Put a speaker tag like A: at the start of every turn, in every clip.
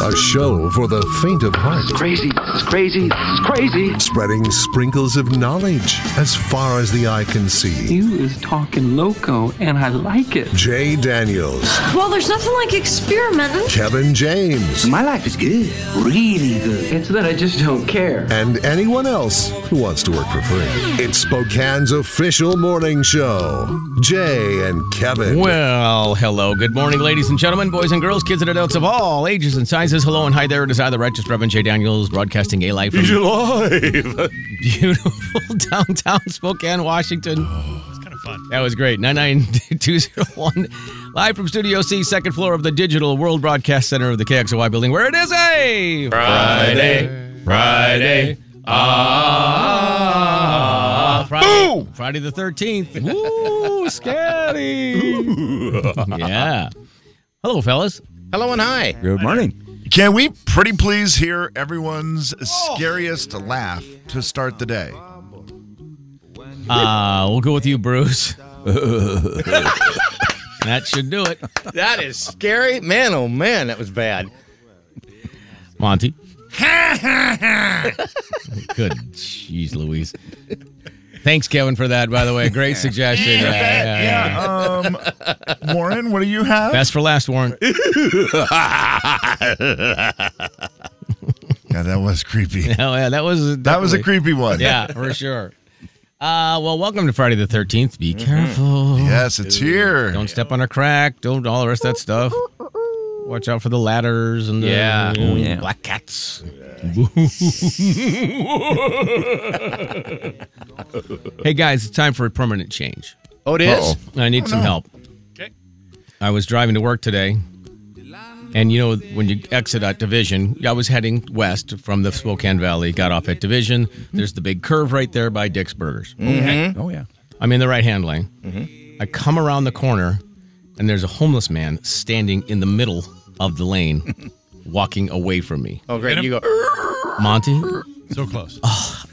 A: A show for the faint of heart.
B: crazy. It's crazy. It's crazy.
A: Spreading sprinkles of knowledge as far as the eye can see.
C: You is talking loco, and I like it.
A: Jay Daniels,
D: Well, there's nothing like experimenting.
A: Kevin James,
B: My life is good. Really good.
C: It's that I just don't care.
A: and anyone else who wants to work for free. It's Spokane's official morning show. Jay and Kevin.
E: Well, hello. Good morning, ladies and gentlemen, boys and girls, kids and adults of all ages and sizes. Hello and hi there. It is I, the Righteous Reverend Jay Daniels, broadcasting a life from
F: alive.
E: beautiful downtown Spokane, Washington.
F: kind of Oh, fun.
E: That was great. 99201, live from Studio C, second floor of the Digital World Broadcast Center of the KXOY building, where it is a
F: Friday, Friday. Ah.
E: Uh, Friday, Friday the 13th. Woo, scary. yeah. Hello, fellas.
G: Hello and hi.
B: Good morning.
H: Can we pretty please hear everyone's scariest laugh to start the day?
E: Uh, we'll go with you, Bruce. that should do it.
G: That is scary. Man, oh man, that was bad.
E: Monty. Good. Jeez Louise. Thanks, Kevin, for that, by the way. Great suggestion. Yeah, yeah, yeah.
H: Um, Warren, what do you have?
E: Best for last, Warren.
H: yeah, that was creepy.
E: Oh, yeah, that was
H: That was a
E: definitely-
H: creepy one.
E: Yeah, for sure. Uh, well, welcome to Friday the 13th. Be careful.
H: Yes, it's here.
E: Don't step on a crack. Don't all the rest of that stuff. Watch out for the ladders and the
G: Yeah.
E: Oh,
B: yeah.
E: black cats. hey guys, it's time for a permanent change.
G: Oh, it is?
E: I need some help.
F: Okay.
E: I was driving to work today, and you know when you exit at Division, I was heading west from the Spokane Valley. Got off at Division. There's the big curve right there by Dick's Burgers.
B: Oh yeah.
E: I'm in the right hand lane. I come around the corner, and there's a homeless man standing in the middle of the lane, walking away from me.
G: Oh, great. You go.
E: Monty,
F: So close.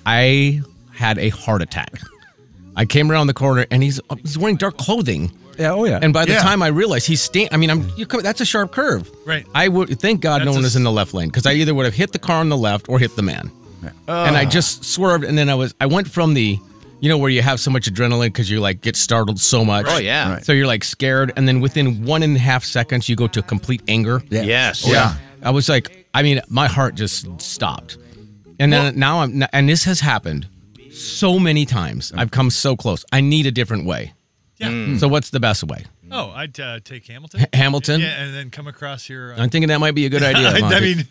E: I had a heart attack. I came around the corner, and he's uh, he's wearing dark clothing.
B: Yeah. Oh yeah.
E: And by the
H: Yeah.
E: time I realized he's stand, I mean, I'm you come, that's a sharp curve.
F: Right.
E: I would thank God no
F: That's
E: one
F: a
E: is in the left lane because I either would have hit the car on the left or hit the man. And I just swerved, and then I was I went from the, you know, where you have so much adrenaline because you like get startled so much.
G: Oh, yeah.
E: So you're like scared, and then within one and a half seconds you go to complete anger.
B: Yeah.
G: Yes.
H: Yeah.
E: I was like, I mean, my heart just stopped. And then now I'm, and this has happened so many times. I've come so close. I need a different way.
F: Yeah.
E: So what's the best way?
F: Oh, I'd uh, take Hamilton.
E: Hamilton?
F: Yeah, and then come across here. Uh,
E: I'm thinking that might be a good idea.
F: I, I
E: Monty.
F: mean,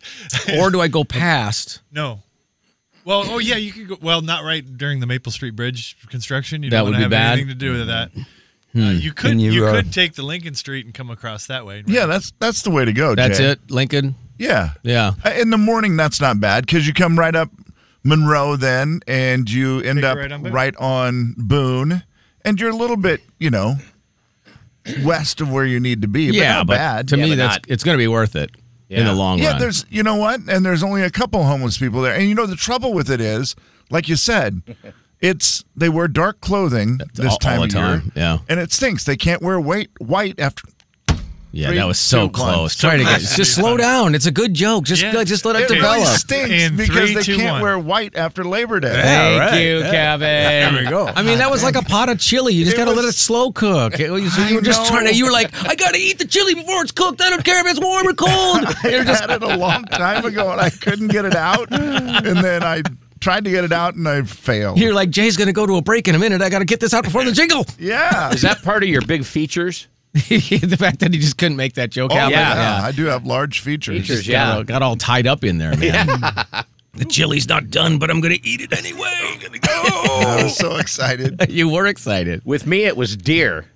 E: or do I go past?
F: no. Well, oh yeah, you could go. Well, not right during the Maple Street Bridge construction. You
E: That
F: don't
E: would
F: want to
E: be
F: have
E: bad. Hmm.
F: anything to do with that. Uh, you could
B: And
F: you,
B: you, uh,
F: could take the Lincoln Street and come across that way.
H: Yeah, that's that's the way to go.
E: That's
H: Jay.
E: it, Lincoln.
H: Yeah.
E: Yeah.
H: Uh, In the morning, that's not bad because you come right up Monroe then, and you end
F: Take
H: up
F: right on Boone.
H: right on Boone, and you're a little bit, you know, west of where you need to be. but,
E: yeah,
H: not
E: but
H: bad.
E: to
G: Yeah,
E: me,
G: but
E: that's
G: not-
E: it's going to be worth it in
G: Yeah.
E: the long
H: Yeah,
E: run.
H: there's you know what, and there's only a couple homeless people there, and you know the trouble with it is, like you said, it's they wear dark clothing this
E: all-
H: time
E: all
H: of
E: the time,
H: year,
E: yeah.
H: and it stinks. They can't wear white white after.
E: yeah,
H: three,
E: that was so
H: two, one.
E: close. Try it again. Just slow down. It's a good joke. Just
F: Yeah.
E: just let it,
H: It
E: develop.
H: really stinks
F: In
H: because
F: three,
H: they
F: two,
H: can't
F: one.
H: wear white after Labor Day.
E: Thank
B: right.
E: you, Kevin. There we
B: go.
E: I mean, that was like a pot of chili. You just
H: It
E: got to let
H: was-
E: it slow cook. It was- you were just
H: know.
E: trying to. You were like, I got to eat the chili before it's cooked. I don't care if it's warm or cold.
H: I had it a long time ago, and I couldn't get it out, and then I tried to get it out, and I failed.
E: You're like, Jay's going to go to a break in a minute. I got to get this out before the jingle.
H: yeah.
G: Is that part of your big features?
E: the fact that he just couldn't make that joke
H: Oh,
E: happen.
G: yeah.
H: I do have large features.
G: Features,
E: Got all-
G: yeah.
E: Got, all tied up in there, man. the chili's not done, but I'm going to eat it anyway.
H: I was so excited.
E: you were excited.
G: With me, it was deer.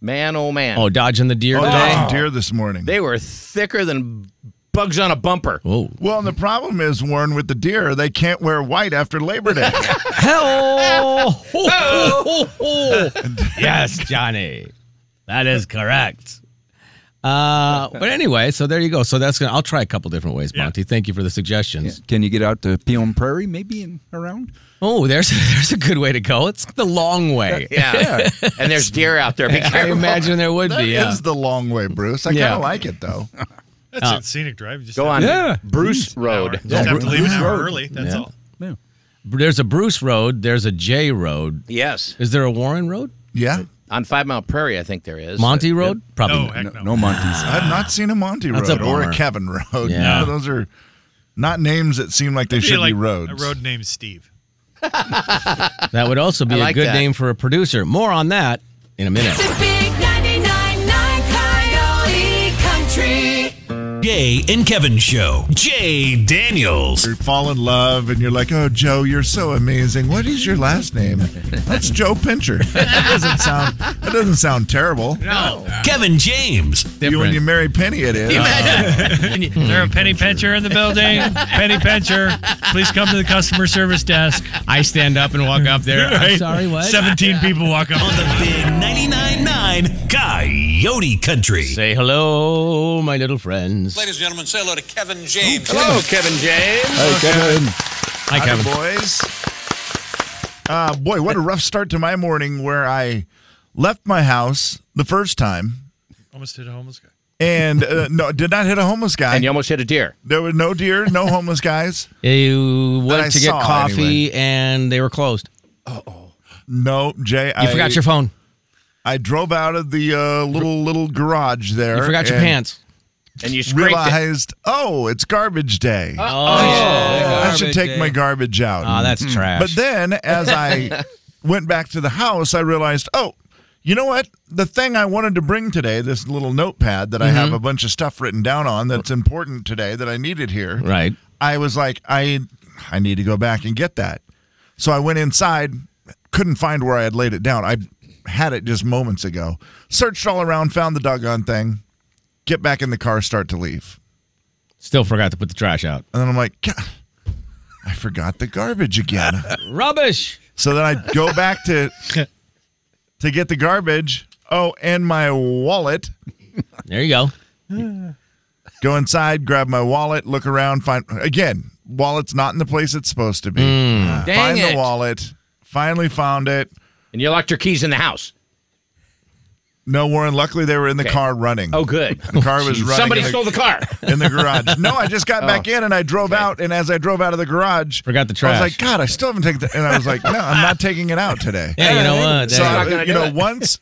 G: Man, oh man.
E: Oh, dodging the deer
H: Oh,
E: today?
H: there's some deer this morning.
G: They were thicker than bugs on a bumper.
E: Oh.
H: Well, and the problem is, Warren, with the deer, they can't wear white after Labor Day.
E: Hell! yes, Johnny. That is correct. Uh, Uh, but anyway, so there you go. So that's gonna. I'll try a couple different ways,
F: Yeah.
E: Monty. Thank you for the suggestions.
I: Can you get out to Peon Prairie maybe and around?
E: Oh, there's there's a good way to go. It's the long way.
G: Yeah. and there's deer out there. Be
E: I
G: careful.
E: imagine there would
H: That is
E: be. Yeah.
H: the long way, Bruce. I
E: Yeah.
H: kind of like it though.
F: That's
E: Uh,
F: a scenic drive. You Just
G: Go
F: have
G: on.
F: to-
I: Yeah.
G: Bruce
F: hour.
G: Road.
F: You Just have to leave an hour early. That's
E: Yeah.
F: all.
I: Yeah.
E: There's a Bruce Road. There's a J Road.
G: Yes.
E: Is there a Warren Road?
H: Yeah,
G: On Five Mile Prairie, I think there is.
E: Monty Road? Probably.
F: No,
E: not.
F: heck
I: No,
F: no.
I: no Monty's.
H: I've not seen a Monty
E: That's a
H: Road or
E: bummer.
H: a Kevin Road.
E: Yeah.
H: No, those are not names that seem like they
F: Be
H: should
F: like
H: be roads.
F: A road named Steve.
E: That would also be
G: I like
E: a good
G: that.
E: name for a producer. More on that in a minute.
D: The big 99.9 Coyote Country.
J: Jay and Kevin Show. Jay Daniels.
H: You fall in love and you're like, oh, Joe, you're so amazing. What is your last name? That's Joe Pincher. That doesn't sound. That doesn't sound terrible.
F: No.
J: Kevin James.
H: You when you marry Penny, it is.
F: Is there a penny pincher in the building? penny pincher, please come to the customer service desk.
E: I stand up and walk up there. I'm
F: Right?
E: sorry, what?
F: 17 people walk up.
J: On the big 99.9 Coyote Country.
E: Say hello, my little friends.
J: and gentlemen, say hello to Kevin James.
G: Hello, Kevin James.
I: Hey, Kevin.
E: Hi,
H: Howdy,
E: Kevin.
H: boys. Uh, boy, what a rough start to my morning where I left my house the first time
F: Almost hit a homeless guy.
H: and uh, no, did not hit a homeless guy.
G: And you almost hit a deer.
H: there were no deer, no homeless guys,
E: You
H: That I
E: went to get
H: saw,
E: coffee and they were closed.
H: no Jay.
E: You
H: I
E: forgot your phone.
H: I drove out of the uh, little little garage there.
E: You forgot your
H: Er, and
E: pants.
G: And you scraped it.
H: Realized, oh, it's garbage day.
E: Oh, yeah.
H: I should take my
E: garbage.
H: garbage out.
E: Oh, that's trash.
H: But then as I went back to the house, I realized, oh, you know what? The thing I wanted to bring today, this little notepad that I have a bunch of stuff written down on that's important today that I needed here.
E: right.
H: I was like, I I need to go back and get that. So I went inside, couldn't find where I had laid it down. I had it just moments ago. Searched all around, found the doggone thing, get back in the car, start to leave.
E: Still forgot to put the trash out.
H: And then I'm like, God, I forgot the garbage again.
E: Rubbish.
H: So then I go back to to get the garbage. Oh, and my wallet.
E: There you go.
H: Go inside, grab my wallet, look around, find again, wallet's not in the place it's supposed to be.
G: Mm.
H: Uh,
G: Dang
H: find
G: it.
H: the wallet. Finally found it.
G: And you locked your keys in the house.
H: No, Warren. Luckily, they were in the car running.
G: Oh, good.
H: The car was running.
G: Somebody
H: in the,
G: stole the car.
H: in the garage. No, I just got
G: Oh.
H: back in and I drove out. And as I drove out of the garage,
E: Forgot the
H: I
E: trash.
H: was like, God, I still haven't taken. The, and I was like, No, I'm not taking it out today.
E: Yeah, you know what?
H: So
E: There you
H: I,
E: go.
G: gonna
H: you
G: do
H: know,
G: it.
H: once,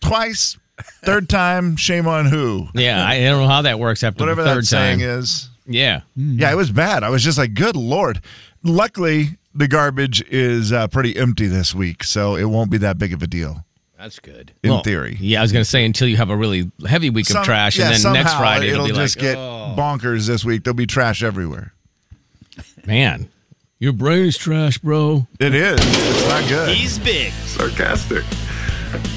H: twice, third time, shame on who.
E: yeah, I don't know how that works after
H: Whatever
E: the
H: that
E: third
H: saying
E: time.
H: is.
E: Yeah.
H: Yeah, it was bad. I was just like, Good lord. Luckily, the garbage is uh, pretty empty this week, so it won't be that big of a deal
G: That's good.
H: in
E: Well,
H: theory.
E: Yeah, I was going to say until you have a really heavy week
H: Some-
E: of trash,
H: yeah,
E: and then next
H: somehow
E: Friday it'll, be
H: just
E: like, "Oh."
H: get bonkers. This week there'll be trash everywhere.
E: "Oh, man, your brain is trash, bro.
H: It is. It's not good.
J: He's big.
K: Sarcastic.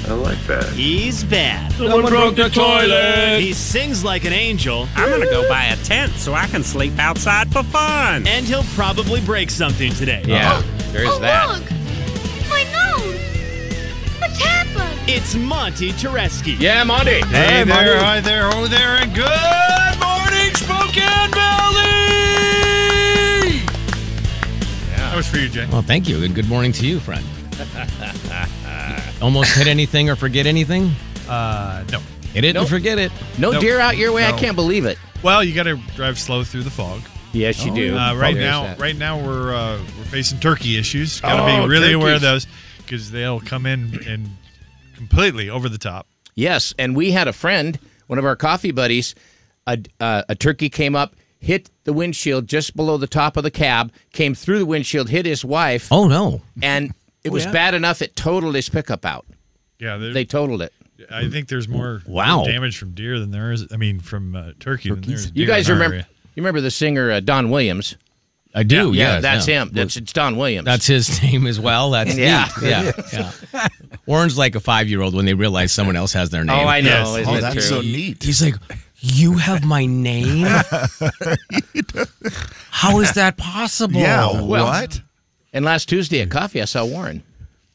K: I like that.
J: He's bad.
K: Someone broke the toilet.
J: He sings like an angel. I'm going to go buy a tent so I can sleep outside for fun. And he'll probably break something today.
E: Yeah,
G: There is
D: oh,
G: that.
D: look. My nose. What's happened?
J: It's Monty Tereski.
G: Yeah, Monty.
F: Hey, there, hi there, ho there, and good morning, Spokane Valley! That was for you, Jay.
E: Well, thank you, and good morning to you, friend. Almost hit anything or forget anything?
F: Uh, no.
E: Hit it and forget it.
G: No
F: Nope.
G: deer out your way. I can't believe it.
F: Well, you got to drive slow through the fog.
G: Yes, you do.
F: Uh, right
G: There's
F: now,
G: that.
F: right now we're uh, we're facing turkey issues. Got to
G: Oh,
F: be really aware of
G: turkeys.
F: those because they'll come in and completely over the top.
G: Yes, and we had a friend, one of our coffee buddies. A, uh, a turkey came up, hit the windshield just below the top of the cab, came through the windshield, hit his wife,
E: Oh no,
G: and it was bad enough it totaled his pickup out.
F: Yeah, there-
G: They totaled it.
F: I think there's more
E: Wow.
F: damage from deer than there is. I mean, from uh, turkey. Than there is
G: You
F: deer in
G: guys
F: our
G: remember?
F: area.
G: You remember the singer uh, Don Williams?
E: I do.
G: yeah,
E: Oh, yes,
G: that's
E: yeah.
G: him. That's it's Don Williams.
E: That's his name as well. That's
G: Yeah.
E: neat. yeah, yeah. Warren's like a five-year-old when they realize someone else has their
G: oh,
E: name.
G: I know.
F: Yes.
G: Isn't
H: Oh,
G: that
H: that's
G: true?
H: so neat.
E: He's like, you have my name. How is that possible?
H: Yeah.
G: Well-
H: what?
G: and last Tuesday at coffee, I saw Warren.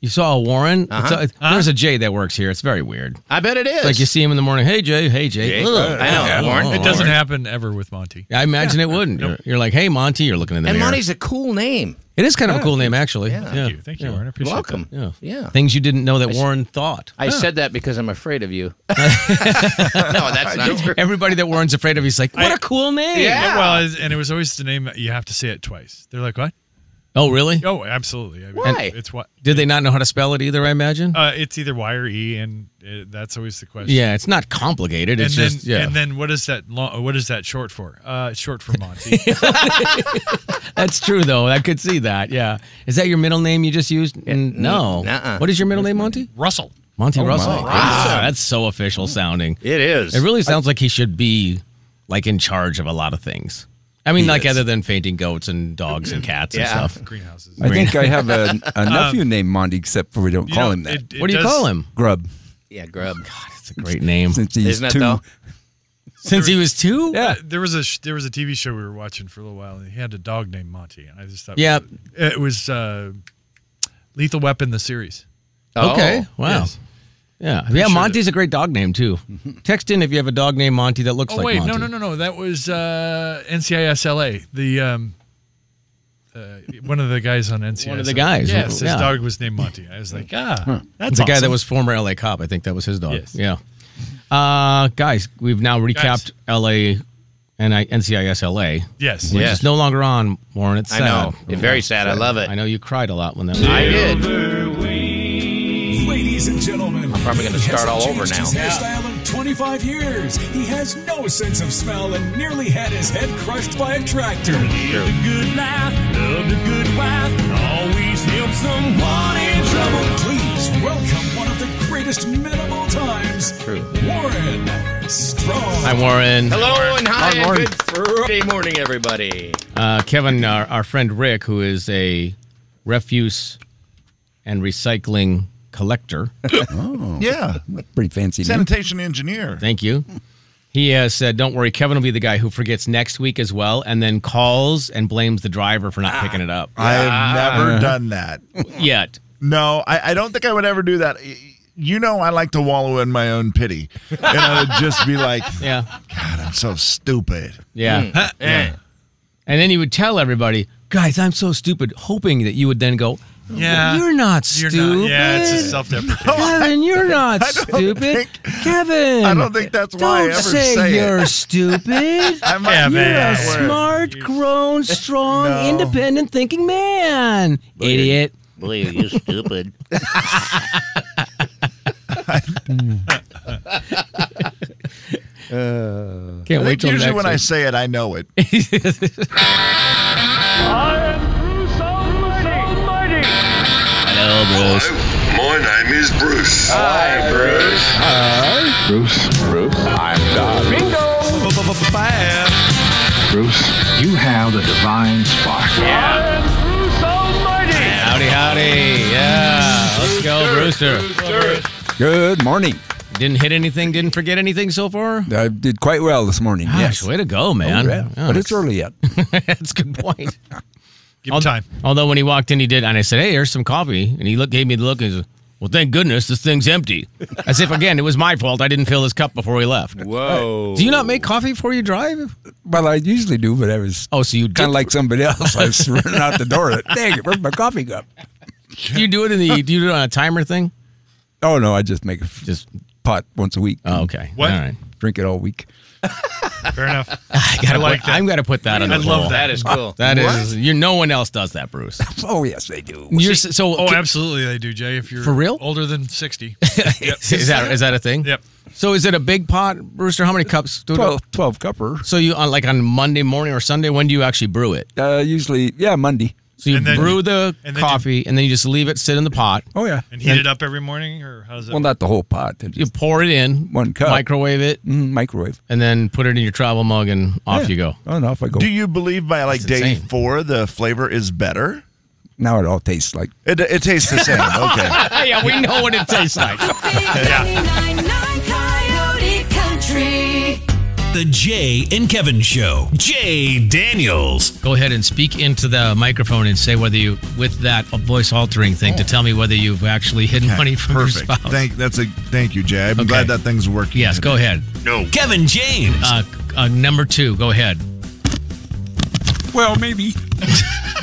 E: You saw a Warren? It's
G: Uh-huh.
E: a- There's a Jay that works here. It's very weird.
G: I bet it is.
E: It's like you see him in the morning. Hey, Jay. Hey, Jay.
G: Jay.
E: Ugh. Oh.
G: I know,
E: Ugh.
G: Warren.
E: Ugh.
F: It doesn't
E: Warren.
F: happen ever with Monty.
E: I imagine it wouldn't. You're, you're like, hey, Monty. You're looking in the
G: and
E: mirror.
G: Monty's a cool name.
E: It is kind of
G: Yeah.
E: a cool name, actually.
G: Yeah. Thank you.
F: Thank you, Warren. I appreciate
G: Welcome.
F: that.
E: Yeah.
G: Yeah.
E: Things you didn't know that
G: I s-
E: Warren thought.
G: I said that because I'm afraid of you. no, that's not true.
E: Everybody that Warren's afraid of, he's like, what a cool name.
F: Yeah. Well, it's- and it was always the name that you have to say it twice. They're like, what?
E: Oh, really?
F: Oh, absolutely. I mean,
E: Why?
F: It's what.
E: Did they not know how to spell it either, I imagine?
F: Uh, it's either Y or E, and uh that's always the question.
E: yeah, it's not complicated.
F: And
E: It's
F: then,
E: just, yeah.
F: and then what is that? Long, what is that short for? Uh, it's short for Monty.
E: That's true, though. I could see that. Yeah. Is that your middle name you just used? N- no.
G: nuh-uh.
E: What is your middle name, Monty?
F: Russell.
E: Monty
F: Oh,
E: Russell.
F: Russell.
E: Ah, that's so official sounding.
G: It is.
E: It really sounds like he should be like in charge of a lot of things. I mean,
I: He
E: like
I: is.
E: other than fainting goats and dogs and cats
I: Yeah.
E: and stuff.
F: Greenhouses.
I: I think I have a, a
E: Um,
I: nephew named Monty, except for we don't
E: you
I: call
E: know,
I: him that.
E: it- it What do you does- call him?
I: Grub.
G: Yeah, Grub. God,
E: it's a great name.
I: Since he's
F: Isn't it,
I: two.
F: though?
E: Since he was two?
F: Yeah. Uh, There was a sh- there was a TV show we were watching for a little while, and he had a dog named Monty, and I just thought,
E: Yep.
F: it was uh, Lethal Weapon the series.
G: Oh,
E: Okay. Wow.
F: Yes.
E: Yeah.
F: Pretty
E: yeah.
F: sure
E: Monty's a great dog name too. Text in if you have a dog named Monty that looks
F: Oh
E: like
F: wait,
E: Monty.
F: no, no, no, no. That was uh, NCIS LA. The um, uh, one of the guys on NCIS.
E: of the guys.
F: Yes, his
E: Yeah.
F: dog was named Monty. I was like, ah,
E: Huh.
F: that's
E: the guy that
F: awesome.
E: was former LA cop. I think that was his dog.
F: Yes.
E: Yeah. Uh, guys, we've now recapped LA and I, NCIS LA.
F: Yes.
E: Which
F: Yes.
E: is no longer on, Warren. It's
G: I
E: sad.
G: know. It's very sad. I love it.
E: I know you cried a lot when that was
G: I did.
L: Ladies and gentlemen,
G: I'm probably gonna
L: he
G: start
L: hasn't
G: all over
L: changed His
G: now.
L: hairstyle in 25 years. He has no sense of smell and nearly had his head crushed by a tractor.
G: True.
L: good life, love the good wife, always help someone in trouble. Please welcome one of the greatest men of all times,
G: True.
L: Warren Strong.
E: Hi, Warren.
G: Hello and hi.
E: Hi,
G: and
E: Warren.
G: Good Friday morning, everybody.
E: Uh, Kevin, our, our friend Rick, who is a refuse and recycling collector. oh.
H: Yeah.
I: Pretty fancy name.
H: Sanitation engineer.
E: Thank you. He has said, "Don't worry, Kevin will be the guy who forgets next week as well, and then calls and blames the driver for not picking it up."
H: Ah, I have never done that.
E: yet.
H: No, I, I don't think I would ever do that. Y- You know, I like to wallow in my own pity. And I would just be like,
E: Yeah.
H: God, I'm so stupid.
E: Yeah.
H: Huh?
E: Yeah. And then he would tell everybody, "Guys, I'm so stupid," hoping that you would then go,
F: Yeah.
E: you're not
F: You're
E: stupid."
F: not- yeah, it's a self-deprecating.
E: Kevin, you're not stupid. Kevin,
H: I don't think that's why I
E: don't
H: ever
E: say,
H: say it.
E: you're stupid.
H: I might
E: you're
H: use
E: a
H: that word.
E: smart, grown, strong,
H: No.
E: independent thinking man, idiot.
G: Boy, are you stupid.
H: I
E: Can't wait
H: think
E: till
H: usually
E: next
H: when I
E: week.
H: say it, I know it.
E: Hello, Bruce.
K: My name is Bruce. Hi, Bruce. Hi. Bruce. Bruce. I'm Don.
M: Bruce, you have the divine spark.
E: Howdy, howdy. Yeah. Let's go, Brewster.
I: Good morning.
E: Didn't hit anything, didn't forget anything so far?
I: I did quite well this morning.
E: Gosh,
I: yes.
E: way to go, man.
I: Oh, yeah.
E: Yeah,
I: But it's early yet.
E: That's a good point.
F: Give him time.
E: Although when he walked in, he did, and I said, "Hey, here's some coffee," and he looked, gave me the look, and he said, "Well, thank goodness this thing's empty." As if again, it was my fault. I didn't fill his cup before we left.
G: Whoa.
E: Do you not make coffee before you drive?
I: Well, I usually do, but I was
E: oh, so you
I: kind of like somebody else. I was running out the door. Like, Dang it, where's my coffee cup?
E: Do you do it in the? Do you do it on a timer thing?
I: Oh no, I just make a f-
E: just
I: pot once a week.
E: Oh, okay.
F: What?
E: All right.
I: Drink it all week.
F: Fair enough.
E: I gotta
F: like
E: put,
F: that.
E: I'm gonna put that on.
F: I
E: the
F: love
E: wall.
F: that.
G: That is cool.
E: That is- you. No one else does that, Bruce.
I: Oh yes, they do.
E: You're s- so
F: Oh,
E: can-
F: absolutely, they do, Jay. If you're
E: For real?
F: older than sixty,
E: is that is that a thing?
F: Yep.
E: So is it a big pot, Brewster? How many cups? Do
I: Twelve, twelve cupper.
E: So you on like on Monday morning or Sunday? When do you actually brew it?
I: Uh, usually, yeah, Monday.
E: So you
F: And then-
E: brew the
F: and then you-
E: coffee and then you just leave it sit in the pot.
I: Oh yeah.
F: and heat it up every morning, or how's that?
I: Well, not the whole pot. I
E: You
I: Just
E: pour it in,
I: one cup.
E: microwave it,
I: Mm, microwave.
E: and then put it in your travel mug, and off
I: Yeah.
E: you go.
I: Oh, and off I go.
H: Do you believe by like day
E: insane.
H: four the flavor is better?
I: now it all tastes like
H: It, it tastes the same. Okay.
E: yeah, we know what it tastes like.
D: Coyote Country.
N: The Jay and Kevin Show. Jay Daniels.
E: Go ahead and speak into the microphone and say whether you, with that voice altering thing, to tell me whether you've actually hidden
H: Oh. Okay,
E: money from
H: perfect.
E: your spouse.
H: Thank that's a thank you, Jay. I'm glad that thing's working.
E: Yes, go ahead.
N: No.
G: Oh.
N: Kevin James.
E: Uh, uh, number two, go ahead.
I: Well, maybe.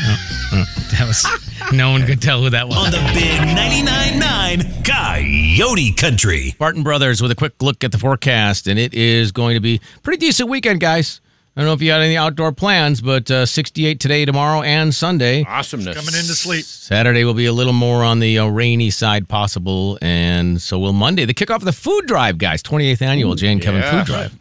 E: That was no one could tell who that was.
N: On the big 99.9 Coyote Country.
E: Barton Brothers with a quick look at the forecast, and it is going to be pretty decent weekend, guys. I don't know if you had any outdoor plans, but uh, 68 today, tomorrow, and Sunday.
G: Awesomeness.
F: Coming in to sleep.
E: Saturday will be a little more on the uh, rainy side possible, and so will Monday. The kickoff of the food drive, guys, 28th annual Jay and Kevin
G: yeah.
E: food drive.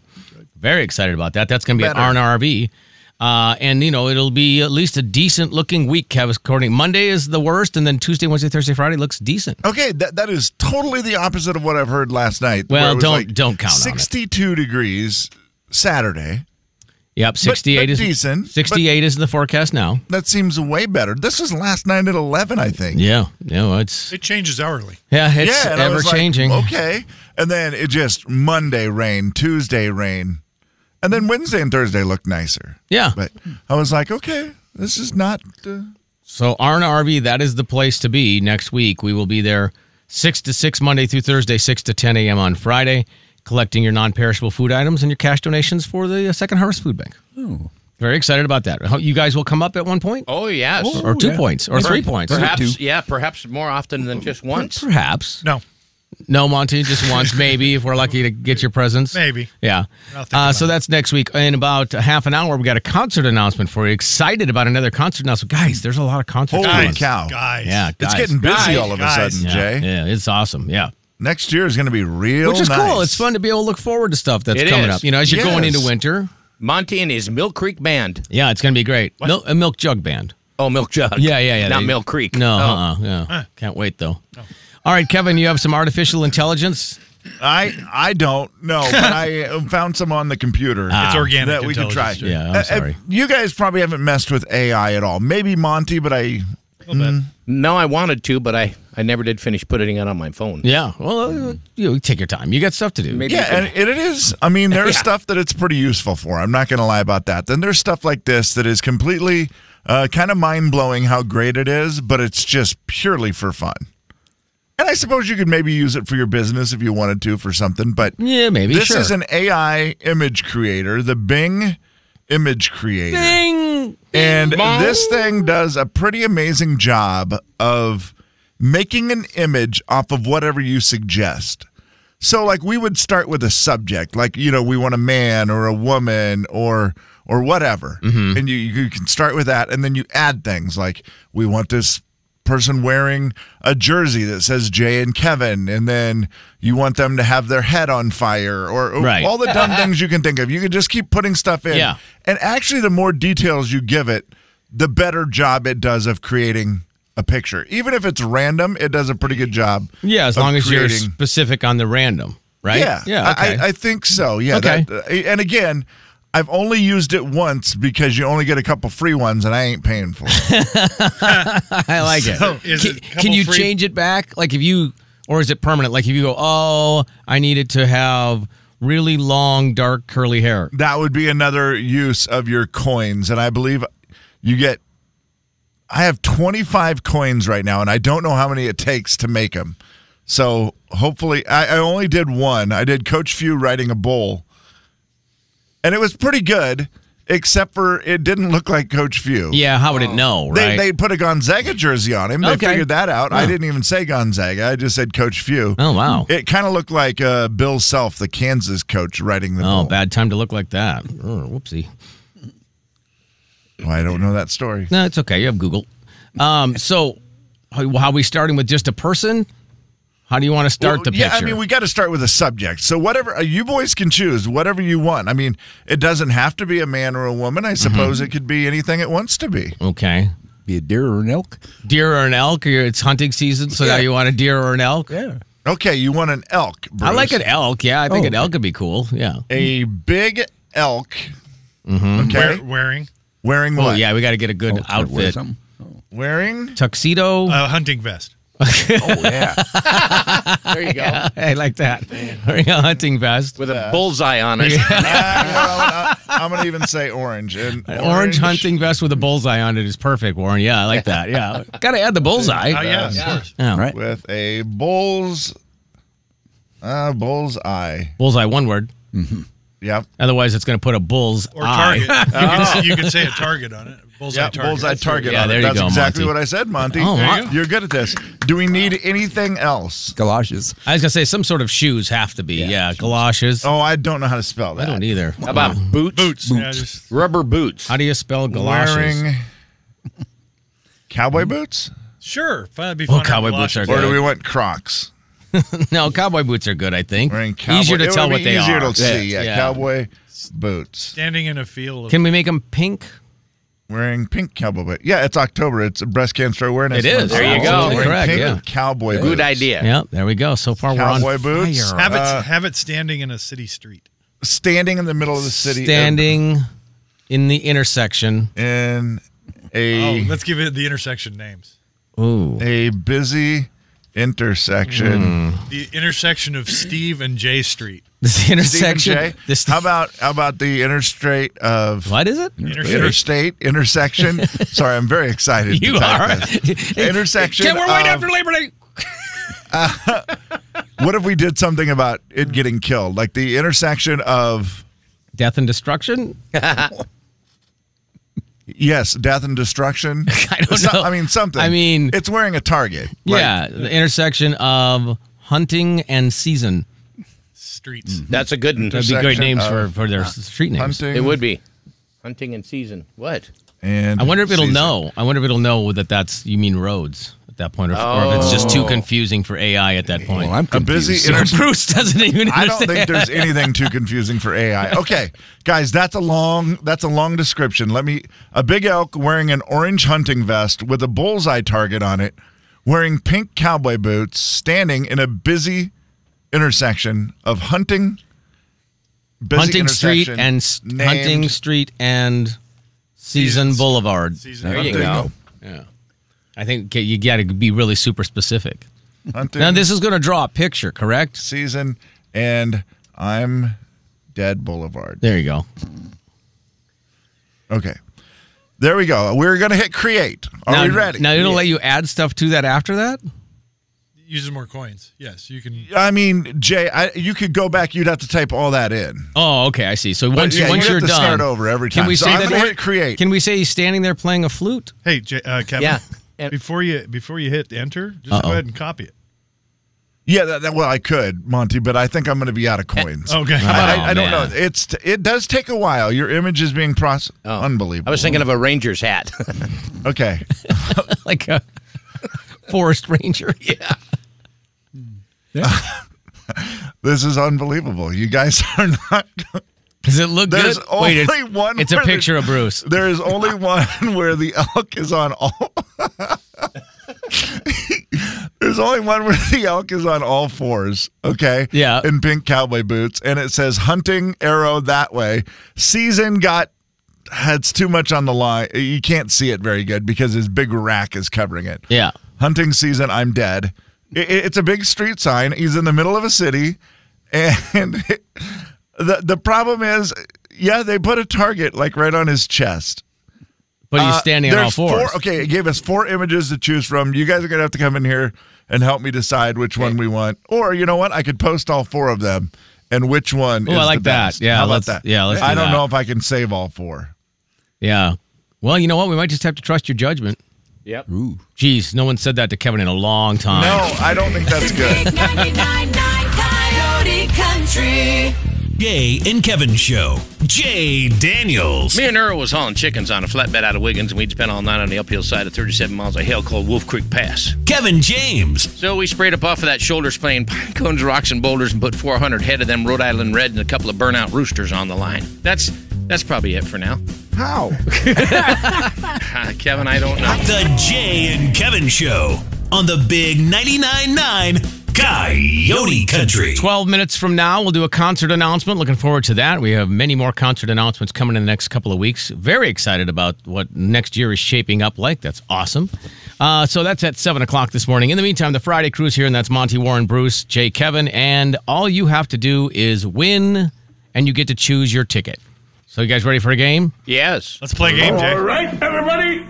E: Very excited about that. That's going to be
G: Better.
E: an RNRV. Uh, and you know it'll be at least a decent looking week. Kev, according Monday is the worst, and then Tuesday, Wednesday, Thursday, Friday looks decent.
H: Okay, that, that is totally the opposite of what I've heard last night.
E: Well,
H: where it was
E: don't-
H: like
E: don't count on it.
H: 62 degrees Saturday.
E: Yep, sixty eight
H: but
E: is
H: decent,
E: Sixty eight is the forecast now.
H: That seems way better. This was last night at 11, I think.
E: Yeah, yeah, well, it's
H: It changes hourly.
E: Yeah, it's
H: and I was like,
E: ever-changing.
H: okay. And then it just Monday rain, Tuesday rain, and then Wednesday and Thursday looked nicer.
E: Yeah.
H: But I was like, okay, this is not. Uh,
E: So Arna RV, that is the place to be next week. We will be there six to six Monday through Thursday, six to ten a.m. on Friday, collecting your non-perishable food items and your cash donations for the uh, Second Harvest Food Bank. Very excited about that. How- You guys will come up at one point.
G: Oh yes,
E: Or- or two
G: yeah.
E: points, or
G: Per-
E: three points.
G: Perhaps
E: Two.
G: yeah, perhaps more often than just once.
E: Perhaps.
F: No.
E: No, Monty, just once, maybe, if we're lucky to get your presents.
F: Maybe.
E: Yeah.
F: I'll think
E: Uh, so that's next week. In about a half an hour, we got a concert announcement for you. Excited about another concert announcement. Guys, there's a lot of concerts.
H: Holy
E: going on.
H: cow.
F: Guys.
E: Yeah,
H: It's
E: guys.
H: getting busy Guys. all of a Guys. sudden,
E: Yeah,
H: Jay.
E: Yeah, it's awesome. Yeah.
H: Next year is going to be real
E: Which is cool.
H: nice.
E: It's fun to be able to look forward to stuff that's
G: It
E: coming
G: is.
E: up. You know, as you're going into winter.
G: Monty and his Milk Creek Band.
E: Yeah, it's going to be great. Mil- a milk jug band.
G: Oh, Milk Jug.
E: Yeah, yeah, yeah.
G: Not
E: They-
G: Milk Creek.
E: No,
G: Oh.
E: uh-uh, yeah.
G: Huh. Oh.
E: Can't wait though. All right, Kevin, you have some artificial intelligence.
H: I I don't know, but I uh, found some on the computer.
E: Ah. It's organic
H: that we could try.
E: intelligence, Jay. Yeah, I'm
H: Uh, uh,
E: sorry.
H: you guys probably haven't messed with AI at all. Maybe Monty, but I. Mm.
G: No, I wanted to, but I, I never did finish putting it on my phone.
E: Yeah. Well, uh, you take your time. You got stuff to do.
G: Maybe
H: Yeah, and it, it is. I mean, there's
G: Yeah.
H: stuff that it's pretty useful for. I'm not going to lie about that. Then there's stuff like this that is completely uh, kind of mind blowing how great it is, but it's just purely for fun. And I suppose you could maybe use it for your business if you wanted to for something, but
E: yeah, maybe
H: this
E: sure.
H: is an AI image creator, the Bing image creator.
E: Bing.
H: And
E: Bing.
H: this thing does a pretty amazing job of making an image off of whatever you suggest. So like we would start with a subject, like you know, we want a man or a woman or or whatever. And you you can start with that and then you add things like we want this person wearing a jersey that says Jay and Kevin and then you want them to have their head on fire or, or
E: Right.
H: all the dumb things you can think of. You can just keep putting stuff in.
E: Yeah.
H: And actually, the more details you give it, the better job it does of creating a picture. Even if it's random, it does a pretty good job.
E: Yeah, as
H: of
E: long as you're
H: creating-
E: specific on the random, right?
H: Yeah,
E: Yeah.
H: I-
E: Okay.
H: I, I think so. Yeah.
E: Okay.
H: that- and again, I've only used it once because you only get a couple free ones, and I ain't paying for it.
E: I like it.
F: So, is
E: can,
F: it
E: can you
F: couple-free?
E: change it back? Like if you, or is it permanent? Like if you go, oh, I needed to have really long, dark, curly hair.
H: that would be another use of your coins, and I believe you get. I have 25 coins right now, and I don't know how many it takes to make them. So hopefully, I, I only did one. I did Coach Few riding a bull, and it was pretty good, except for it didn't look like Coach Few.
E: Yeah. How would it know?
H: Oh. They,
E: Right.
H: they put a Gonzaga jersey on him. They
E: Okay.
H: figured that out. I
E: Huh.
H: didn't even say Gonzaga. I just said Coach Few.
E: Oh, wow.
H: It kind of looked like uh, Bill Self, the Kansas coach, riding the
E: oh,
H: bull.
E: bad time to look like that. Oh, whoopsie.
H: Well, I don't know that story.
E: No, it's okay. You have Google. Um, so, how, how are we starting with just a person? How do you want to start the
H: Well,
E: picture?
H: Yeah, I mean, we got to start with a subject. So whatever uh, you boys can choose, whatever you want. I mean, it doesn't have to be a man or a woman. I suppose
E: Mm-hmm.
H: it could be anything it wants to be.
E: okay.
I: Be a deer or an elk.
E: Deer or an elk? or It's hunting season, so now
I: Yeah.
E: you want a deer or an elk?
I: Yeah.
H: Okay, you want an elk? Bruce.
E: I like an elk. Yeah, I think
H: Oh,
E: an elk would be cool. Yeah.
H: A big elk.
E: Mm-hmm.
H: Okay,
F: Wear- wearing
H: wearing
E: Oh
H: what?
E: yeah, we got to get a good
I: Wear
E: outfit.
I: something.
H: Wearing
E: Tuxedo.
F: a hunting vest.
E: oh yeah.
G: There you go.
E: I like that. Wearing a hunting vest
G: with a bullseye on it.
H: I'm gonna even say orange and
E: An orange hunting vest with a bullseye on it is perfect, Warren. Yeah, I like that. Yeah. Got to add the bullseye.
H: Oh, yeah, of course.
E: Yeah. Right.
H: with a bull's uh, bullseye.
E: Bullseye, one word.
H: Yep.
E: Otherwise, it's going to put a bull's
H: Or
E: eye.
H: target. You can-
F: You could say a target on it. Bullseye
H: Yep,
F: target.
H: bullseye target.
E: Yeah,
H: on
E: there
H: it.
E: you
H: That's
E: go,
H: exactly
E: Monty.
H: what I said, Monty.
E: Oh, There you wow. go.
H: You're good at this. Do we need anything else?
E: galoshes. I was going to say some sort of shoes have to be. Yeah, galoshes.
H: Oh, I don't know how to spell that.
E: I don't either.
H: How about
G: boots?
F: Boots. Yeah, just-
G: Rubber boots.
E: How do you spell galoshes?
H: Wearing cowboy boots?
F: Sure. fine, That'd be
E: Oh,
F: fun.
E: cowboy boots are
H: Or do
E: good.
H: we want Crocs?
E: no, cowboy boots are good, I think.
H: Cowboy-
E: Easier to
H: it
E: tell
H: would
E: what
H: be
E: they
H: easier
E: are.
H: to see. Yeah, cowboy boots.
F: Standing in a field. Of
E: Can we make them pink?
H: Wearing pink cowboy boots. Yeah, it's October. It's Breast Cancer Awareness.
E: It is.
H: Month.
E: There you go.
H: Absolutely
E: Wearing
H: Correct.
E: pink
H: Pink cowboy boots.
E: Yep, there we go. So far,
H: Cowboy
E: we're on
H: boots.
E: fire.
F: Have it,
H: Uh,
F: have it standing in a city street.
H: Standing in the middle of the city.
E: Standing in the intersection.
H: In a
F: Oh, let's give it the intersection names.
E: Ooh.
H: a busy
E: Hmm.
H: intersection.
F: The intersection of Steve and J Street.
E: This
H: Stephen Jay, how about how about the interstate of
E: what is it?
F: Interstate.
H: Interstate intersection. Sorry, I'm very excited. to
E: You
H: type
E: are.
H: this. intersection.
E: Ken, we're waiting
H: of-
E: after Labor Day.
H: what if we did something about it getting killed, like the intersection of
E: Death and destruction?
H: yes, death and destruction? I
E: don't know.
H: I mean something.
E: I mean-
H: it's wearing a target. Like,
E: Yeah, the intersection of hunting and season.
F: Streets.
E: Mm-hmm.
G: That's a good one.
E: That'd be great
G: Intersection
E: names for,
G: of
E: for their s- street names.
H: hunting.
G: It would be. Hunting in season. What?
H: And
E: I wonder if it'll
G: season.
E: know. I wonder if it'll know that that's you mean roads at that point, or, or if it's just too
G: Oh.
E: confusing for AI at that point.
H: a busy
E: So
H: intersection.
E: Bruce doesn't even.
H: I don't think there's
E: understand.
H: anything too confusing for AI. Okay, guys, that's a long that's a long description. Let me a big elk wearing an orange hunting vest with a bullseye target on it, wearing pink cowboy boots, standing in a busy intersection of hunting busy
E: hunting street
H: intersection
E: and s-
H: named
E: hunting street and season boulevard.
F: Season.
G: There you
H: Hunting-
G: go.
E: Yeah, I think okay, you got to be really super specific.
H: hunting
E: Now this is going to draw a picture, correct?
H: season and I'm dead boulevard.
E: There you go.
H: Okay. There we go. We're going to hit create. Are
E: now,
H: we ready?
E: Now it'll let you add stuff to that after that.
F: Uses more coins. Yes, you can.
H: I mean, Jay, I, you could go back. You'd have to type all that in.
E: Oh, okay, I see. So
H: But
E: once
H: yeah,
E: you once
H: you
E: are
H: have to
E: done,
H: start over every
E: Can
H: time.
E: we
H: So
E: say
H: I'm
E: that?
H: gonna hit create.
E: Can we say he's standing there playing a flute?
F: Hey, J- uh, Kevin.
G: Yeah. And-
F: Before you before you hit enter, just
E: Uh-oh.
F: go ahead and copy it.
H: Yeah, that, that, well, I could, Monty, but I think I'm going to be out of coins.
F: Okay.
H: I, I, I don't know.
E: man.
H: It's it does take a while. Your image is being processed.
E: Oh.
H: Unbelievable.
G: I was thinking of a Ranger's hat.
H: Okay.
E: like a forest ranger. Yeah.
H: This is unbelievable. You guys are not.
E: Does it look
H: There's
E: good?
H: only
E: it's,
H: one.
E: It's a
H: where the-
E: picture of Bruce.
H: There is only one where the elk is on all. There's only one where the elk is on all fours, okay?
E: Yeah.
H: In pink cowboy boots. And it says hunting arrow that way. Season got, it's too much on the line. You can't see it very good because his big rack is covering it.
E: Yeah.
H: Hunting season, I'm dead. I- I- it's a big street sign. He's in the middle of a city. And the, the problem is, yeah, they put a target like right on his chest.
E: But he's
H: Uh,
E: standing on all
H: there's
E: fours.
H: Four, okay, it gave us four images to choose from. You guys are gonna have to come in here and help me decide which one we want. Or you know what? I could post all four of them, and which one?
E: Ooh,
H: is
E: I like
H: the
E: that.
H: best.
E: Yeah,
H: How
E: let's-
H: about that?
E: yeah, let's do
H: I don't
E: that.
H: know if I can save all four.
E: Yeah. Well, you know what? We might just have to trust your judgment.
G: yep.
E: Jeez, no one said that to Kevin in a long time.
H: No, I don't think that's good.
D: Big 99.9 Coyote Country.
N: Jay and Kevin Show. Jay Daniels.
G: Me and Earl was hauling chickens on a flatbed out of Wiggins, and we'd spent all night on the uphill side of 37 miles of hill called Wolf Creek Pass.
N: Kevin James.
G: So we sprayed up off of that shoulder plane, pine cones, rocks, and boulders, and put 400 head of them Rhode Island Red and a couple of burnout roosters on the line. That's that's probably it for now.
H: How?
G: Uh, Kevin, I don't know.
N: The Jay and Kevin Show on the Big 99.9 Coyote Country.
E: 12 minutes from now, we'll do a concert announcement. Looking forward to that. We have many more concert announcements coming in the next couple of weeks. Very excited about what next year is shaping up like. That's awesome. Uh, so that's at 7 o'clock this morning. In the meantime, the Friday cruise here, and that's Monty Warren, Bruce, Jay Kevin. And all you have to do is win, and you get to choose your ticket. So, you guys ready for a game?
G: Yes.
F: Let's play a game, Jay.
E: All
L: right, everybody,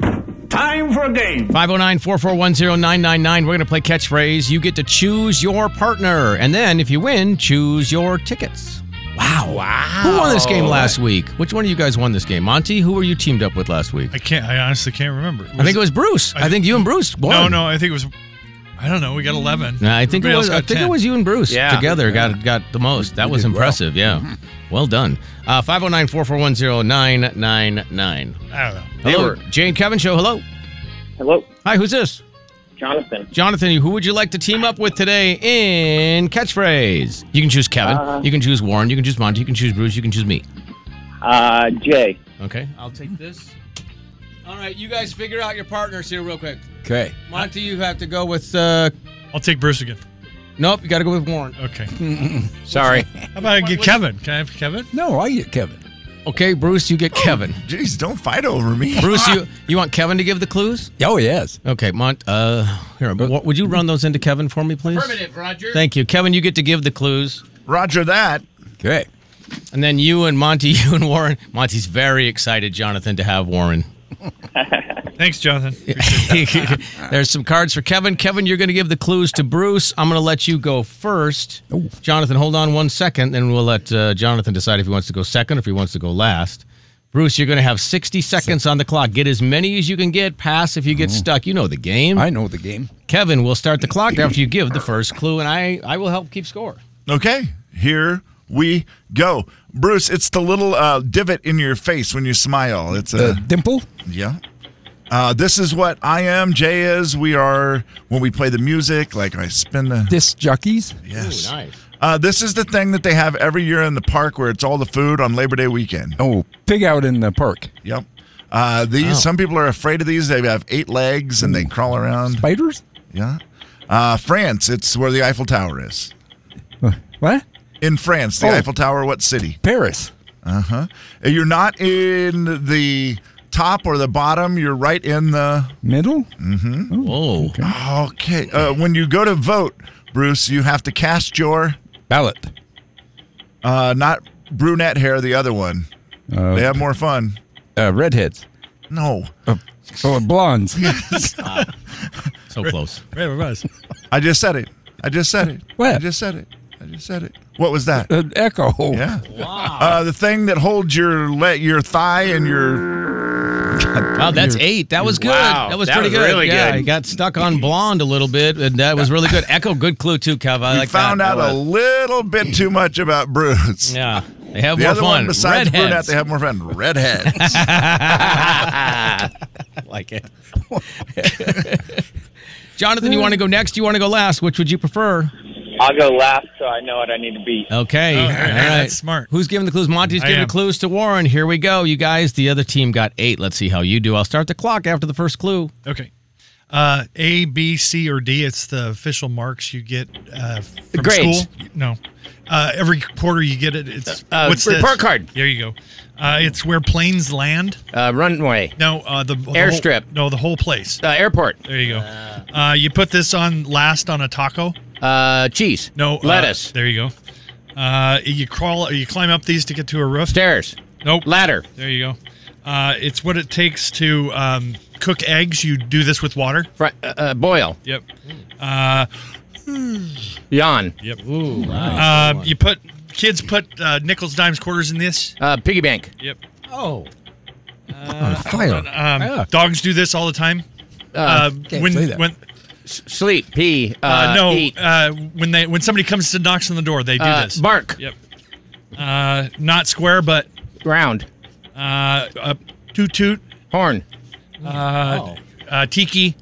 L: time for a game.
E: 509 441 999. We're going to play catchphrase. You get to choose your partner. And then, if you win, choose your tickets. Wow. Wow. Who won this game last week? Which one of you guys won this game? Monty, who were you teamed up with last week?
F: I can't. I honestly can't remember.
E: I think it was Bruce. I, think you and Bruce won.
F: No, no. I think it was. I don't know. We got eleven.
E: Nah, I think
F: Everybody
E: it
F: else
E: was. I
F: got
E: think
F: 10.
E: it was you and Bruce
F: Yeah.
E: together got got the most. That was
F: did well. Hmm.
E: impressive. Yeah. Well done. Uh, 509 441 999.
F: I don't know.
E: Hello. Jane Kevin Show. Hello. Hello. Hi, who's this?
O: Jonathan.
E: Jonathan, who would you like to team up with today in catchphrase? You can choose Kevin.
O: Uh,
E: you can choose Warren. You can choose Monty. You can choose Bruce. You can choose me.
O: Uh, Jay.
E: Okay. I'll take this. All right, you guys figure out your partners here real quick.
I: Okay.
E: Monty, you have to go with. Uh,
F: I'll take Bruce again.
E: Nope, you got to go with Warren.
F: Okay.
E: Sorry.
F: How about I get Kevin? Can I have Kevin?
I: No, I get Kevin.
E: Okay, Bruce, you get Kevin.
H: Jeez, don't fight over me.
E: Bruce, you you want Kevin to give the clues?
I: Oh yes.
E: Okay, Mont. Uh, here, what, would you run those into Kevin for me, please?
G: Affirmative, Roger.
E: Thank you, Kevin. You get to give the clues.
H: Roger that.
I: Okay.
E: And then you and Monty, you and Warren. Monty's very excited, Jonathan, to have Warren.
F: Thanks, Jonathan.
E: There's some cards for Kevin. Kevin, you're going to give the clues to Bruce. I'm going to let you go first. Jonathan, hold on one second, then we'll let uh, Jonathan decide if he wants to go second or if he wants to go last. Bruce, you're going to have 60 seconds on the clock. Get as many as you can get. Pass if you get stuck. You know the game. I
I: know the game.
E: Kevin, we'll start the clock after you give the first clue, and I, I will help keep score.
H: Okay, here we go. Bruce, it's the little uh, divot in your face when you smile. It's a
I: dimple.
H: Yeah. Uh, this is what I am. Jay is. We are when we play the music. Like I spin the
I: disc jockeys.
H: Yes.
E: nice.
H: Uh, this is the thing that they have every year in the park where it's all the food on Labor Day weekend.
I: Oh, pig out in the park.
H: Yep. Uh, these
I: Oh.
H: some people are afraid of these. They have eight legs and they crawl around.
I: Spiders.
H: Yeah. Uh, France. It's where the Eiffel Tower is.
I: What?
H: In France, the
I: Oh.
H: Eiffel Tower. What city?
I: Paris.
H: Uh huh. You're not in the top or the bottom. You're right in the
I: middle.
H: Mm-hmm.
E: Whoa.
H: Okay. Uh, when you go to vote, Bruce, you have to cast your
I: ballot.
H: Uh, not brunette hair. The other one.
I: Uh,
H: they have more fun.
I: Uh, redheads.
H: No.
I: Uh, oh, blondes.
E: so close.
H: I just said it. I just said it.
I: What? I
H: just said it. I just said it. What was that?
I: An Uh, echo.
H: Yeah. Uh, the thing that holds your le- your thigh and your.
E: Wow, Oh, that's eight. That was good. that was pretty good. yeah, I got stuck on blonde a little bit, and that was really good. Echo, good clue too, Kev. I
H: you
E: like
H: found
E: that.
H: out a little bit too much about Bruce.
E: Yeah, they have
H: the
E: more
H: other
E: fun.
H: One besides brunette,
E: Redheads.
H: they have more fun. Redheads.
E: like it. Jonathan, you want to go next? You want to go last? Which would you prefer?
O: I'll go last so I know what I need to be.
E: Okay.
O: Oh,
E: All
O: yeah,
E: right.
O: that's
E: smart. Who's giving the clues? Monty's
O: I
E: giving
O: am.
E: the clues to Warren. Here we go. You guys, the other team got eight. Let's see how you do. I'll start the clock after the first clue.
F: Okay. Uh, A, B, C, or D. It's the official marks you get uh, from
G: Grades.
F: school. No. Uh, every quarter you get it. It's
G: Uh,
F: what's this?
G: report card.
F: There you go. Uh, it's where planes land.
G: Uh, runway.
F: No, uh, the, the
G: Airstrip.
F: whole- no, the whole place.
G: Uh, airport.
F: There you go. Uh, you put this on last on a taco.
G: Uh, cheese.
F: No uh,
G: Lettuce.
F: there you go. Uh, you crawl. You climb up these to get to a roof.
G: Stairs.
F: Nope.
G: Ladder.
F: There you go. Uh, it's what it takes to um, cook eggs. You do this with water.
G: Fr- uh, uh, boil.
F: Yep. Uh,
G: Yawn.
F: Yep.
E: Ooh.
F: uh, you put kids put uh, nickels, dimes, quarters in this.
G: Uh, piggy bank.
F: Yep.
E: Oh.
F: Uh,
G: fire.
F: Um, Dogs do this all the time. Uh,
G: Ah. can't
F: when
G: say that.
F: when
G: S- sleep. Pee. Uh,
F: uh, no
G: Eat.
F: uh, when they when somebody comes to knocks on the door, they do
G: Uh,
F: this.
G: bark.
F: Yep. Uh, not square, but
G: round.
F: Uh, uh toot toot.
G: Horn.
F: Uh, uh, tiki.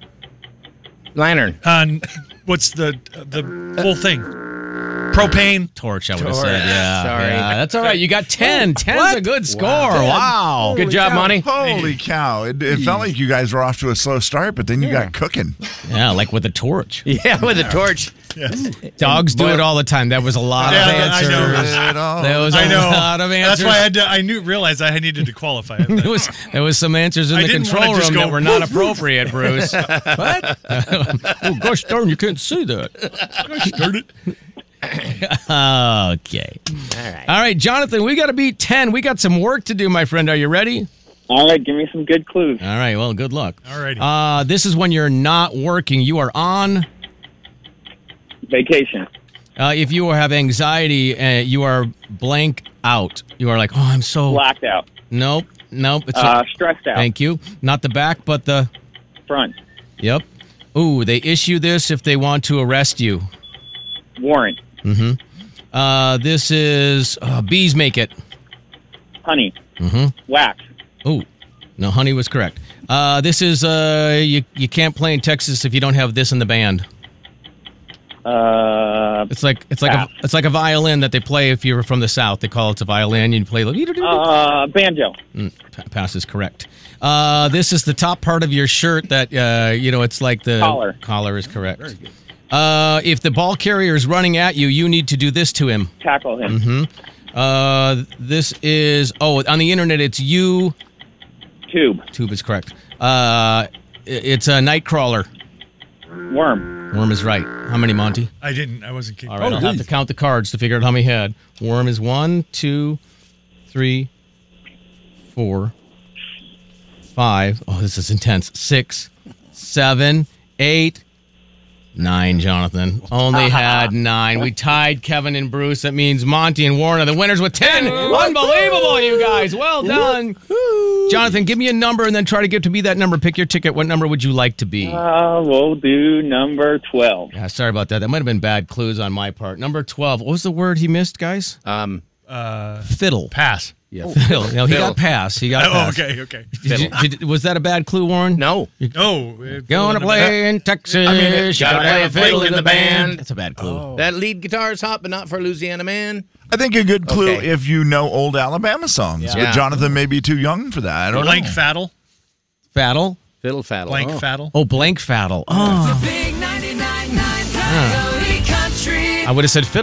G: Lantern.
F: Uh, n- what's the the full thing? Propane.
E: Torch, I would have said. Yeah. yeah, that's all right. You got 10. 10's a good score.
H: Wow.
E: Wow.
H: Holy cow. Holy cow. It, it felt like you guys were off to a slow start, but then you got cooking.
E: Yeah, like with a torch.
G: Yeah, with a torch.
E: Dogs do it all the time. That was a lot of
F: Yeah,
E: answers. That was a
F: I know.
E: lot of answers.
F: That's why I had to, I knew realized I needed to qualify. it.
E: there was there was some answers in
F: I
E: the
F: didn't
E: control
F: wanna just
E: room
F: go,
E: that were not
F: woof, woof.
E: appropriate, Bruce. what? oh gosh darn, you couldn't see that.
F: Gosh darn it.
E: okay. All right. All right, Jonathan, we got to beat 10. We got some work to do, my friend. Are you ready?
O: All right, give me some good clues.
E: All right, well, good luck.
O: All righty.
E: Uh, this is when you're not working. You are on.
O: Vacation.
E: Uh, if you have anxiety, uh, you are blank out. You are like, oh, I'm so.
O: Blacked out.
E: Nope, nope. It's
O: Uh, stressed out.
E: Thank you. Not the back, but the.
O: Front.
E: Yep. Ooh, they issue this if they want to arrest you.
O: Warrant.
E: Mm hmm. Uh, this is. Uh, bees make it.
O: Honey.
E: Mm hmm.
O: Wax.
E: Oh, no, honey was correct. Uh, this is uh, you. You can't play in Texas if you don't have this in the band.
O: Uh,
E: It's like it's like a,
O: pass.
E: it's like a violin that they play if you're from the South. They call it a violin. You play. like-
O: Uh, banjo.
E: Mm, pa- pass is correct. Uh, this is the top part of your shirt that uh, you know. It's like the
O: Collar.
E: Collar is correct. Uh, if the ball carrier is running at you, you need to do this to him.
O: Tackle him.
E: hmm Uh, this is oh on the internet it's you.
O: Tube.
E: Tube is correct. Uh, i- it's a night crawler.
O: Worm.
E: Worm is right. How many, Monty?
F: I didn't. I wasn't kidding. Oh,
E: All right, I'll have to count the cards to figure out how many had. Worm is one, two, three, four, five. Oh, this is intense. Six, seven, eight, nine. Jonathan only had nine. We tied Kevin and Bruce. That means Monty and Warren are the winners with ten. Unbelievable, you guys. Well done, Jonathan. Give me a number and then try to get to be that number. Pick your ticket. What number would you like to be?
O: Uh, we'll do number 12.
E: Yeah, Uh, sorry about that. That might have been bad clues on my part. Number 12. What was the word he missed, guys?
G: Um,
F: uh,
E: fiddle.
F: Pass.
G: Yeah,
E: fiddle. No, he
F: Fiddle.
E: got pass. He got
F: Oh,
E: pass.
F: okay, okay. Oh,
E: Did you-
F: Fiddle.
E: did- was that a bad clue, Warren?
G: No. Uh,
F: No.
E: Going to play in Texas.
G: I mean, it-
E: gotta
G: gotta
E: play
G: have
E: a
G: a fiddle in the band. Oh.
E: That's a bad clue.
F: Oh.
G: That lead guitar is hot, but not for Louisiana man.
H: I think a good clue
G: Okay.
H: if you know old Alabama songs,
G: Yeah.
H: but Jonathan may be too young for that. I don't
F: Blank
H: know.
F: faddle.
E: Faddle?
G: Fiddle faddle.
F: Blank faddle.
E: Oh. Oh, blank faddle. Oh.
D: Big 99.9 Coyote Country.
E: I would have said fiddle.